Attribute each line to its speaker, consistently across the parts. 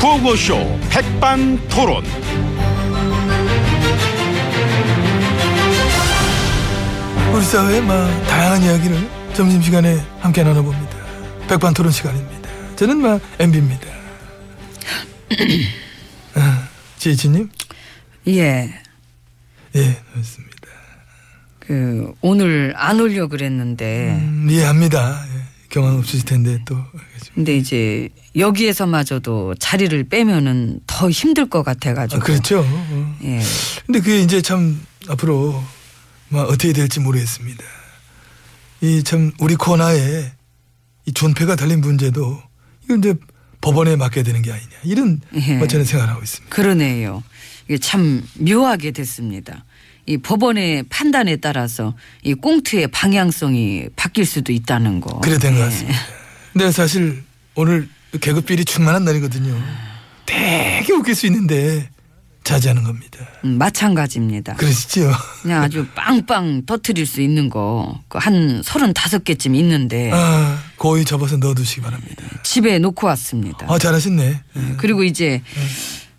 Speaker 1: 구호쇼 백반토론.
Speaker 2: 우리 사회의 막 다양한 이야기를 점심시간에 함께 나눠봅니다. 백반토론 시간입니다. 저는 막 MB입니다. 아, 지혜진님?
Speaker 3: 예.
Speaker 2: 예, 맞습니다.
Speaker 3: 그 오늘 안 오려 그랬는데
Speaker 2: 음, 이해합니다. 예, 경험 없으실 텐데 또.
Speaker 3: 근데 이제 여기에서마저도 자리를 빼면은 더 힘들 것 같아
Speaker 2: 아,
Speaker 3: 가지고.
Speaker 2: 그렇죠. 어.
Speaker 3: 예.
Speaker 2: 근데 그게 이제 참 앞으로 막 어떻게 될지 모르겠습니다. 이 참 우리 코너에 이 존폐가 달린 문제도 이건 이제 법원에 맡겨야 되는 게 아니냐. 이런
Speaker 3: 예.
Speaker 2: 뭐 저는 생각을 하고 있습니다.
Speaker 3: 그러네요. 이게 참 묘하게 됐습니다. 이 법원의 판단에 따라서 이 꽁트의 방향성이 바뀔 수도 있다는 거.
Speaker 2: 그래 된 것
Speaker 3: 예.
Speaker 2: 같습니다. 근데 사실 오늘 계급비리 충만한 날이거든요. 되게 웃길 수 있는데 자제하는 겁니다.
Speaker 3: 음, 마찬가지입니다.
Speaker 2: 그러시죠?
Speaker 3: 그냥 아주 빵빵 터트릴 수 있는 거한 35개쯤 있는데
Speaker 2: 아, 고이 접어서 넣어두시기 바랍니다.
Speaker 3: 집에 놓고 왔습니다.
Speaker 2: 아, 잘하셨네.
Speaker 3: 그리고 이제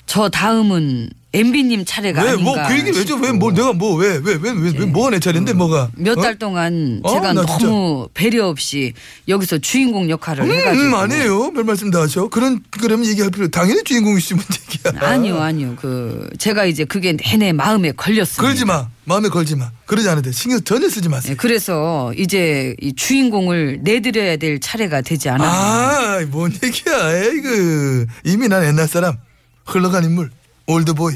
Speaker 3: 저 다음은 MB님 차례가
Speaker 2: 왜, 뭐,
Speaker 3: 그러니까 아닌가. 음.
Speaker 2: 그 얘기 왜죠? 왜, 뭐, 내가 뭐, 왜, 왜, 왜, 왜, 왜 뭐가 내 차례인데, 뭐가?
Speaker 3: 몇
Speaker 2: 어?
Speaker 3: 달 동안
Speaker 2: 어?
Speaker 3: 제가
Speaker 2: 나
Speaker 3: 너무 배려 없이 여기서 주인공 역할을 해가지고
Speaker 2: 음, 아니에요. 별 말씀 다 하죠. 그런, 그러면 얘기할 필요, 당연히 주인공이시면 얘기야.
Speaker 3: 아니요 아니요 그 제가 이제 그게 내내 마음에 걸렸습니다.
Speaker 2: 그러지 마. 마음에 걸지 마. 그러지 않아도 돼. 신경 전혀 쓰지 마세요.
Speaker 3: 네, 그래서 이제 이 주인공을 내드려야 될 차례가 되지 않았나.
Speaker 2: 아, 뭔 얘기야, 에이그. 이미 난 옛날 사람, 흘러간 인물, 올드보이.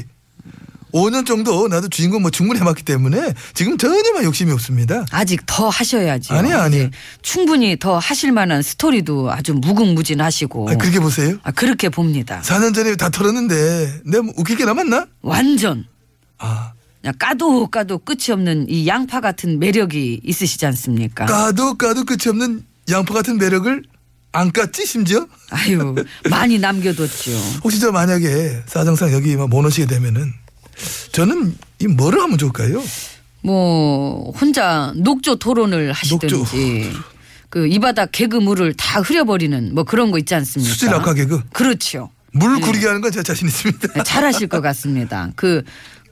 Speaker 2: 5년 정도 나도 주인공 뭐 충분히 해봤기 때문에 지금 전혀 막 욕심이 없습니다.
Speaker 3: 아직 더 하셔야지.
Speaker 2: 아니야, 아니야.
Speaker 3: 충분히 더 하실 만한 스토리도 아주 무궁무진하시고.
Speaker 2: 아, 그렇게 보세요.
Speaker 3: 아, 그렇게 봅니다.
Speaker 2: 4년 전에 다 털었는데 내가 뭐 웃기게 남았나?
Speaker 3: 완전
Speaker 2: 아,
Speaker 3: 그냥 까도 까도 끝이 없는 이 양파 같은 매력이 있으시지 않습니까?
Speaker 2: 까도 까도 끝이 없는 양파 같은 매력을 안 깠지 심지어?
Speaker 3: 아유 많이 남겨뒀죠.
Speaker 2: 혹시 저 만약에 사정상 여기 막 모노시게 되면은 저는 이 뭐를 하면 좋을까요?
Speaker 3: 뭐 혼자 녹조 토론을 하시든지 그 이 바닥 개그물을 다 흐려버리는 뭐 그런 거 있지 않습니까?
Speaker 2: 수질 낙하 개그
Speaker 3: 그렇죠.
Speaker 2: 물 구리게 하는 건 제 자신 있습니다.
Speaker 3: 네, 잘하실 것 같습니다. 그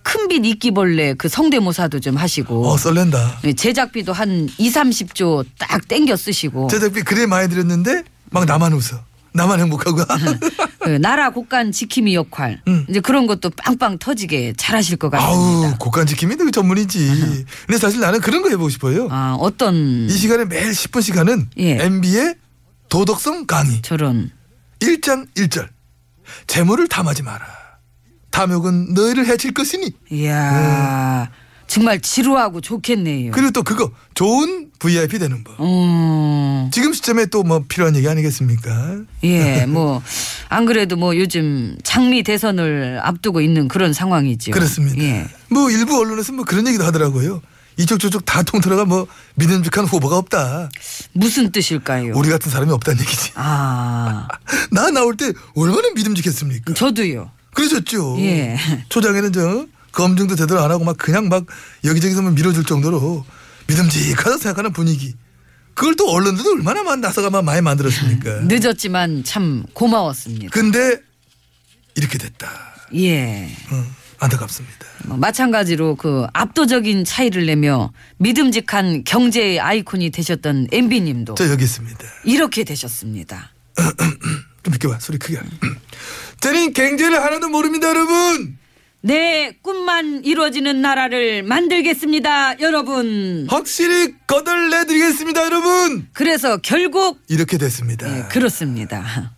Speaker 3: 큰빛 이끼벌레 그 성대모사도 좀 하시고
Speaker 2: 어 설렌다.
Speaker 3: 네, 제작비도 한 2, 30조 딱 땡겨 쓰시고
Speaker 2: 어. 제작비 그래 많이 들였는데 막 나만 웃어. 나만 행복하고.
Speaker 3: 그 나라 곳간 지킴이 역할
Speaker 2: 음.
Speaker 3: 이제 그런 것도 빵빵 터지게 잘하실 것 같습니다.
Speaker 2: 아우 곡간 지킴이도 그 전문이지. 근데 사실 나는 그런 거 해보고 싶어요.
Speaker 3: 아, 어떤
Speaker 2: 이 시간에 매일 10분 시간은
Speaker 3: 예.
Speaker 2: MB의 도덕성 강의
Speaker 3: 저런
Speaker 2: 1장 1절. 재물을 탐하지 마라. 탐욕은 너희를 해칠 것이니.
Speaker 3: 예. 이야 정말 지루하고 좋겠네요.
Speaker 2: 음. 그리고 또 그거 좋은 VIP 되는 법.
Speaker 3: 음,
Speaker 2: 지금 시점에 또 뭐 필요한 얘기 아니겠습니까?
Speaker 3: 예, 뭐, 안 그래도 뭐 요즘 장미 대선을 앞두고 있는 그런 상황이죠.
Speaker 2: 그렇습니다.
Speaker 3: 예.
Speaker 2: 뭐 일부 언론에서 뭐 그런 얘기도 하더라고요. 이쪽 저쪽 다 통틀어가 뭐 믿음직한 후보가 없다.
Speaker 3: 무슨 뜻일까요?
Speaker 2: 우리 같은 사람이 없다는 얘기지.
Speaker 3: 아,
Speaker 2: 나 나올 때 얼마나 믿음직했습니까?
Speaker 3: 저도요.
Speaker 2: 그러셨죠.
Speaker 3: 예.
Speaker 2: 초장에는 저 검증도 제대로 안 하고 막 그냥 막 여기저기서 막 밀어줄 정도로 믿음직하다 생각하는 분위기. 그걸 또 언론들도 얼마나 만 나서가 막 많이 만들었습니까?
Speaker 3: 네. 늦었지만 참 고마웠습니다.
Speaker 2: 근데 이렇게 됐다.
Speaker 3: 예.
Speaker 2: 응, 안타깝습니다.
Speaker 3: 뭐 마찬가지로 그 압도적인 차이를 내며 믿음직한 경제의 아이콘이 되셨던 MB님도
Speaker 2: 저 여기 있습니다.
Speaker 3: 이렇게 되셨습니다.
Speaker 2: 좀 비켜봐. 소리 크게. 하라. 저는 경제를 하나도 모릅니다, 여러분.
Speaker 3: 내 꿈만 이루어지는 나라를 만들겠습니다, 여러분.
Speaker 2: 확실히 거덜내드리겠습니다, 여러분.
Speaker 3: 그래서 결국
Speaker 2: 이렇게 됐습니다.
Speaker 3: 예, 그렇습니다.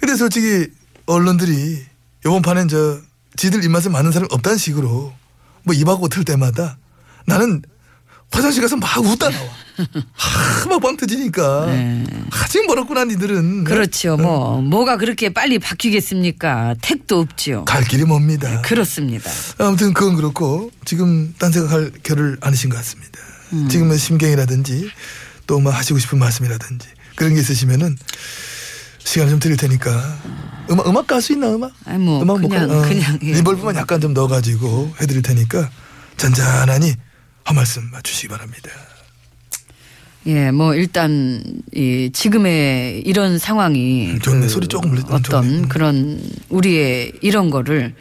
Speaker 2: 근데 솔직히 언론들이 이번 판엔 저 지들 입맛에 맞는 사람 없다는 식으로 뭐 입하고 틀 때마다 나는 화장실 가서 막 웃다 나와. 하막방 터지니까. 하 지금 멀었구나 니들은.
Speaker 3: 네. 그렇죠. 뭐 뭐가 그렇게 빨리 바뀌겠습니까? 택도 없지요.
Speaker 2: 갈 길이 멉니다.
Speaker 3: 그렇습니다.
Speaker 2: 아무튼 그건 그렇고 지금 딴 생각할 결을 아니신 것 같습니다.
Speaker 3: 음.
Speaker 2: 지금은 심경이라든지 또 뭐 하시고 싶은 말씀이라든지 그런 게 있으시면은 시간 좀 드릴 테니까 음악 음악 가수 있나 음악?
Speaker 3: 아니, 뭐
Speaker 2: 음악 못
Speaker 3: 그냥-
Speaker 2: 가-
Speaker 3: 그냥, 예.
Speaker 2: 리벌브만 약간 좀 넣어가지고 해드릴 테니까 잔잔하니 한 말씀 맞추시기 바랍니다.
Speaker 3: 예, 뭐 일단 이 지금의 이런 상황이
Speaker 2: 음,
Speaker 3: 그
Speaker 2: 좋네. 소리 조금 올렸-
Speaker 3: 어떤
Speaker 2: 좋네. 음.
Speaker 3: 그런 우리의 이런 거를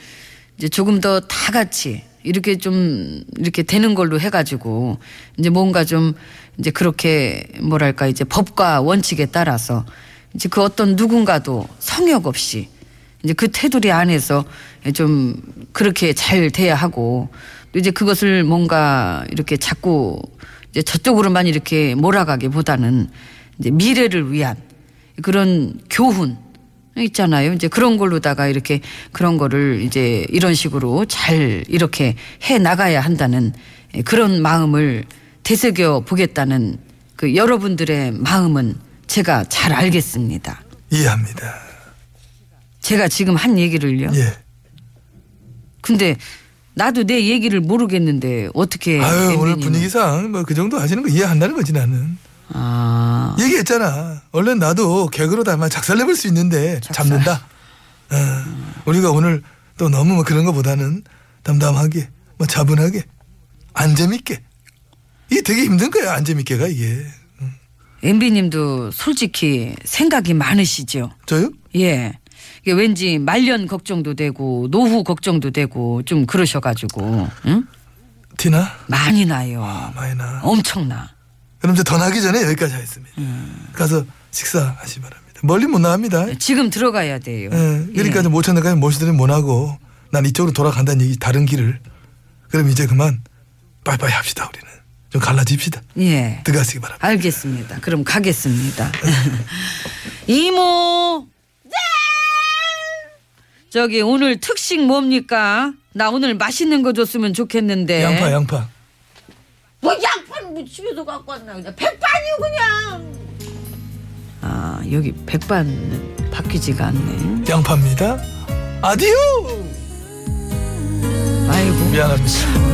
Speaker 3: 이제 조금 더 다 같이 이렇게 좀 이렇게 되는 걸로 해가지고 이제 뭔가 좀 이제 그렇게 뭐랄까 이제 법과 원칙에 따라서 이제 그 어떤 누군가도 성역 없이 이제 그 테두리 안에서 좀 그렇게 잘 돼야 하고 또 이제 그것을 뭔가 이렇게 자꾸 이제 저쪽으로만 이렇게 몰아가기보다는 이제 미래를 위한 그런 교훈 있잖아요. 이제 그런 걸로다가 이렇게 그런 거를 이제 이런 식으로 잘 이렇게 해 나가야 한다는 예, 그런 마음을 되새겨 보겠다는 그 여러분들의 마음은 제가 잘 알겠습니다.
Speaker 2: 이해합니다.
Speaker 3: 제가 지금 한 얘기를요.
Speaker 2: 예.
Speaker 3: 근데 나도 내 얘기를 모르겠는데 어떻게
Speaker 2: 아유 오늘
Speaker 3: MB님은.
Speaker 2: 분위기상 뭐 그 정도 하시는 거 이해한다는 거지 나는.
Speaker 3: 아
Speaker 2: 얘기했잖아. 원래 나도 개그로 다만 작살내볼 수 있는데
Speaker 3: 작살.
Speaker 2: 잡는다. 어, 우리가 오늘 또 너무 뭐 그런 것보다는 담담하게, 뭐 차분하게, 안 재밌게. 이게 되게 힘든 거야 안 재밌게가 이게.
Speaker 3: MB님도 솔직히 생각이 많으시죠.
Speaker 2: 저요?
Speaker 3: 예. 이게 왠지 말년 걱정도 되고 노후 걱정도 되고 좀 그러셔가지고 응?
Speaker 2: 티나?
Speaker 3: 많이 나요.
Speaker 2: 아, 마이나.
Speaker 3: 어? 엄청나.
Speaker 2: 그럼 이제 더 나기 전에 여기까지 하겠습니다.
Speaker 3: 예.
Speaker 2: 가서 식사하시 기 바랍니다. 멀리 못 나갑니다.
Speaker 3: 지금 들어가야 돼요.
Speaker 2: 예, 그러니까 이제 모천 데까지 모시더니 못하고 난 이쪽으로 돌아간다는 얘기 다른 길을. 그럼 이제 그만 빠이빠이 합시다 우리는. 좀 갈라집시다.
Speaker 3: 예. 예.
Speaker 2: 들어가시기 바랍니다.
Speaker 3: 알겠습니다. 그럼 가겠습니다. 이모. 저기 오늘 특식 뭡니까? 나 오늘 맛있는 거 줬으면 좋겠는데.
Speaker 2: 양파 양파
Speaker 4: 뭐 양파는 뭐 집에서 갖고 왔나 그냥 백반이요 그냥
Speaker 3: 아 여기 백반 바뀌지가 않네.
Speaker 2: 양파입니다 아디오
Speaker 3: 아이고.
Speaker 2: 미안합니다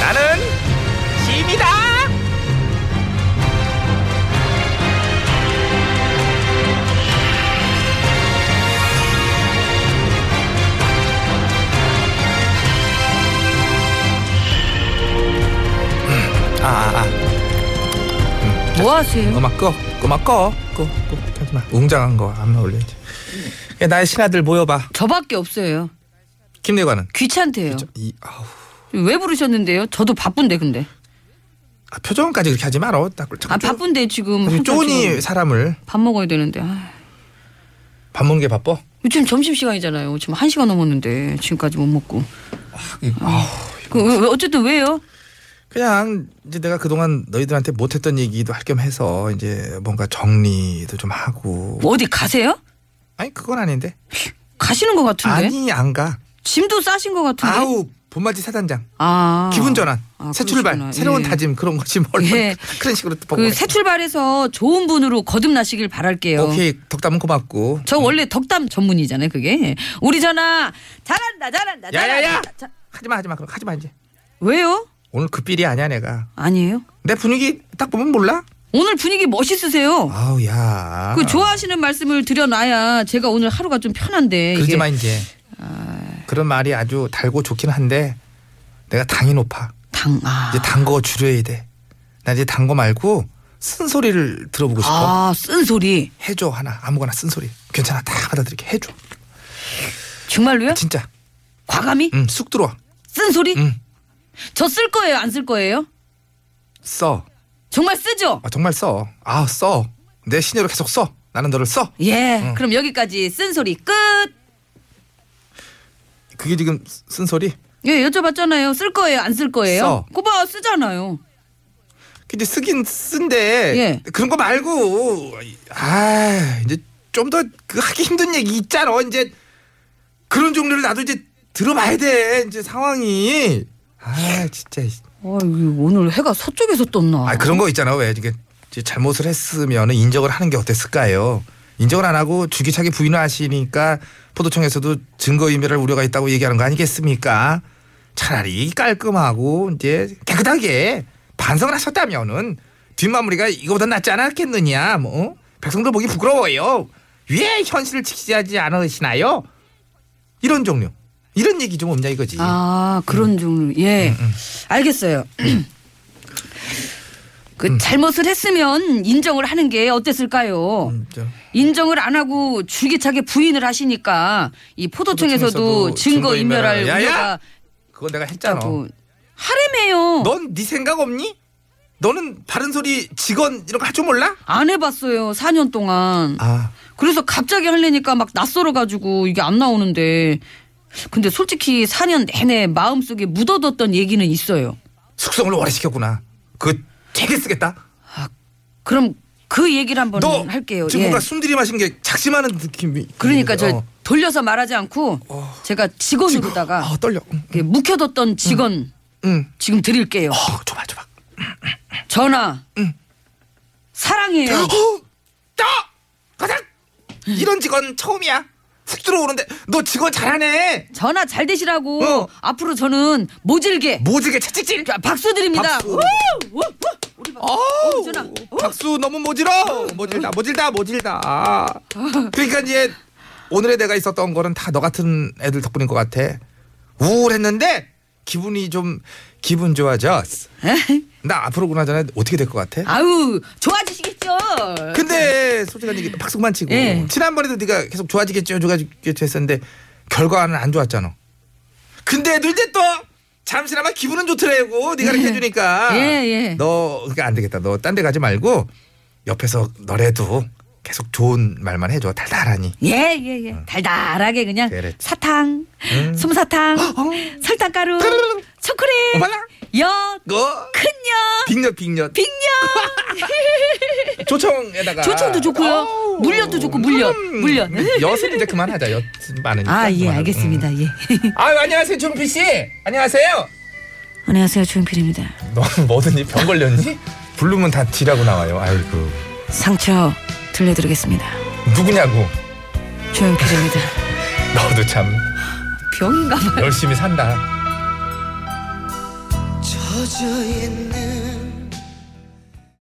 Speaker 5: 나는 짐이다.
Speaker 6: 아, 아, 아.
Speaker 3: 뭐 하세요?
Speaker 6: 음악 꺼. 음악 꺼. 꺼, 꺼. 하지 마. 웅장한 거 안 어울려야지. 야, 나의 신하들 모여봐.
Speaker 3: 저밖에 없어요.
Speaker 6: 김내관은.
Speaker 3: 귀찮대요.
Speaker 6: 이, 아우.
Speaker 3: 왜 부르셨는데요? 저도 바쁜데 근데.
Speaker 6: 아, 표정까지 그렇게 하지 말어. 딱 꿀-
Speaker 3: 아 바쁜데 지금
Speaker 6: 아니,
Speaker 3: 혼자
Speaker 6: 쪼니
Speaker 3: 지금
Speaker 6: 사람을
Speaker 3: 밥 먹어야 되는데. 아.
Speaker 6: 밥 먹는 게 바빠?
Speaker 3: 요즘 점심시간이잖아요. 지금 한시간 넘었는데 지금까지 못 먹고. 그, 왜- 왜- 어쨌든 왜요?
Speaker 6: 그냥 이제 내가 그동안 너희들한테 못했던 얘기도 할 겸 해서 이제 뭔가 정리도 좀 하고.
Speaker 3: 뭐 어디 가세요?
Speaker 6: 아니 그건 아닌데.
Speaker 3: 가시는 것 같은데.
Speaker 6: 아니 안 가.
Speaker 3: 짐도 싸신 것 같은데.
Speaker 6: 아우 본마지 사단장.
Speaker 3: 아.
Speaker 6: 기분 전환,
Speaker 3: 아,
Speaker 6: 새 출발,
Speaker 3: 그러시구나.
Speaker 6: 새로운
Speaker 3: 예.
Speaker 6: 다짐 그런 거지 뭘
Speaker 3: 예.
Speaker 6: 그런 식으로 또 보고.
Speaker 3: 그 새 출발해서 좋은 분으로 거듭나시길 바랄게요.
Speaker 6: 오케이 덕담은 고맙고.
Speaker 3: 저 원래 덕담 전문이잖아요, 그게. 우리 전화 잘한다, 잘한다, 잘한다.
Speaker 6: 야야야.
Speaker 3: 자,
Speaker 6: 하지마 하지마 그럼 하지마 이제.
Speaker 3: 왜요?
Speaker 6: 오늘 그 삘이 아니야 내가.
Speaker 3: 아니에요.
Speaker 6: 내 분위기 딱 보면 몰라?
Speaker 3: 오늘 분위기 멋있으세요.
Speaker 6: 아우 야.
Speaker 3: 그 좋아하시는 말씀을 드려놔야 제가 오늘 하루가 좀 편한데
Speaker 6: 그러지
Speaker 3: 이게 아.
Speaker 6: 마 이제. 그런 말이 아주 달고 좋긴 한데 내가 당이 높아.
Speaker 3: 당 아.
Speaker 6: 이제 단 거 줄여야 돼. 나 이제 단 거 말고 쓴 소리를 들어보고 싶어.
Speaker 3: 아, 쓴소리.
Speaker 6: 해줘 하나 아무거나 쓴 소리. 괜찮아 다 받아들이게 해줘.
Speaker 3: 정말로요?
Speaker 6: 진짜.
Speaker 3: 과감히?
Speaker 6: 응, 쑥 들어와.
Speaker 3: 쓴소리?
Speaker 6: 응.
Speaker 3: 저 쓸 거예요, 안 쓸 거예요?
Speaker 6: 써.
Speaker 3: 정말 쓰죠?
Speaker 6: 아, 정말 써. 아 써. 내 신여로 계속 써. 나는 너를 써.
Speaker 3: 예.
Speaker 6: 음.
Speaker 3: 그럼 여기까지 쓴소리 끝.
Speaker 6: 그게 지금 쓴 소리?
Speaker 3: 예, 여쭤봤잖아요. 쓸 거예요, 안 쓸 거예요?
Speaker 6: 써.
Speaker 3: 그봐 쓰잖아요.
Speaker 6: 근데 쓰긴 쓴데
Speaker 3: 예.
Speaker 6: 그런 거 말고 아 이제 좀 더그 하기 힘든 얘기 있잖아 이제 그런 종류를 나도 이제 들어봐야 돼 이제 상황이 아 진짜
Speaker 3: 아유, 오늘 해가 서쪽에서 떴나?
Speaker 6: 아 그런 거 있잖아 왜 이게 이제 잘못을 했으면 인정을 하는 게 어땠을까요 인정을 안 하고 주기차게 부인을 하시니까 포도청에서도 증거인멸할 우려가 있다고 얘기하는 거 아니겠습니까 차라리 깔끔하고 이제 깨끗하게 반성을 하셨다면은 뒷마무리가 이거보다 낫지 않았겠느냐 뭐 백성들 보기 부끄러워요 왜 현실을 직시하지 않으시나요 이런 종류 이런 얘기 좀 없냐 이거지
Speaker 3: 아, 그런
Speaker 6: 음.
Speaker 3: 종류. 예. 알겠어요. 그
Speaker 6: 음.
Speaker 3: 잘못을 했으면 인정을 하는 게 어땠을까요?
Speaker 6: 음, 저-
Speaker 3: 인정을 안 하고 줄기차게 부인을 하시니까 이 포도청에서도
Speaker 6: 포도청에서도
Speaker 3: 증거 인멸할
Speaker 6: 증거 인멸할-
Speaker 3: 우려가
Speaker 6: 야야! 그건 내가 했잖아
Speaker 3: 있다고 뭐, 하래매요.
Speaker 6: 넌 네 생각 없니? 너는 다른 소리 직원 이런 거 할 줄 몰라?
Speaker 3: 안 해봤어요. 4년 동안.
Speaker 6: 아
Speaker 3: 그래서 갑자기 하려니까 막 낯설어가지고 이게 안 나오는데. 근데 솔직히 4년 내내 마음속에 묻어뒀던 얘기는 있어요.
Speaker 6: 숙성을 오래 시켰구나. 그 되게 쓰겠다.
Speaker 3: 그럼 그 얘기를 한번
Speaker 6: 너
Speaker 3: 할게요.
Speaker 6: 지금
Speaker 3: 예.
Speaker 6: 뭔가 순들이 마신 게 작심하는 느낌이.
Speaker 3: 그러니까 저
Speaker 6: 어.
Speaker 3: 돌려서 말하지 않고 제가 직원으로다가
Speaker 6: 아 떨려. 응,
Speaker 3: 이렇게 묵혀뒀던 직원
Speaker 6: 응.
Speaker 3: 지금 드릴게요.
Speaker 6: 어 조박 조박.
Speaker 3: 전화. 사랑해요.
Speaker 6: 어, 떠 가장 이런 직원 처음이야. 훅 들어오는데 너 직원 잘하네.
Speaker 3: 전화 잘 되시라고
Speaker 6: 어.
Speaker 3: 앞으로 저는 모질게
Speaker 6: 모지게 채찍질.
Speaker 3: 박수 드립니다.
Speaker 6: 박수.
Speaker 3: 우! 우! 우! 우리 박-
Speaker 6: 어우,
Speaker 3: 어우, 전화. 어우.
Speaker 6: 박수 너무 모질어 모질다 모질다 모질다 그러니까 이제 오늘의 내가 있었던 거는 다 너 같은 애들 덕분인 것 같아 우울했는데 기분이 좀 기분 좋아졌어 나 앞으로 그나저나 어떻게 될 것 같아
Speaker 3: 아유 좋아지시겠죠.
Speaker 6: 그 근데 솔직한 얘기 박수만 치고
Speaker 3: 네. 예.
Speaker 6: 지난번에도 네가 계속 좋아지겠죠 좋아지겠죠 했었는데 결과는 안 좋았잖아 근데도 이제 또 잠시나마 기분은 좋더라고 네가 이렇게 해주니까
Speaker 3: 예, 예.
Speaker 6: 너 그러니까 안 되겠다 너 딴 데 가지 말고 옆에서 너래도 계속 좋은 말만 해줘 달달하니
Speaker 3: 예예예 달달하게 그냥
Speaker 6: 그랬지. 음. 어,
Speaker 3: 사탕, 솜사탕, 설탕가루, 초콜릿,
Speaker 6: 어머나.
Speaker 3: 엿,
Speaker 6: 너
Speaker 3: 큰엿,
Speaker 6: 빅녀 빅녀
Speaker 3: 빅엿.
Speaker 6: 조청에다가
Speaker 3: 조청도 좋고요.
Speaker 6: 어우.
Speaker 3: 물엿도 좋고, 물엿, 물엿.
Speaker 6: 엿은 이제 그만하자 엿 많으니까
Speaker 3: 아 예
Speaker 6: 그만하고.
Speaker 3: 알겠습니다. 예.
Speaker 6: 음. 아유 안녕하세요 준필 씨 안녕하세요
Speaker 3: 안녕하세요 조용필입니다.
Speaker 6: 너는 뭐든지 병 걸렸니? 부르면 다 D라고 나와요. 아이고
Speaker 3: 상처 들려드리겠습니다.
Speaker 6: 누구냐고.
Speaker 3: 조용필입니다.
Speaker 6: 너도 참
Speaker 3: 병인가 봐요.
Speaker 6: 열심히 산다.
Speaker 7: 젖어 있는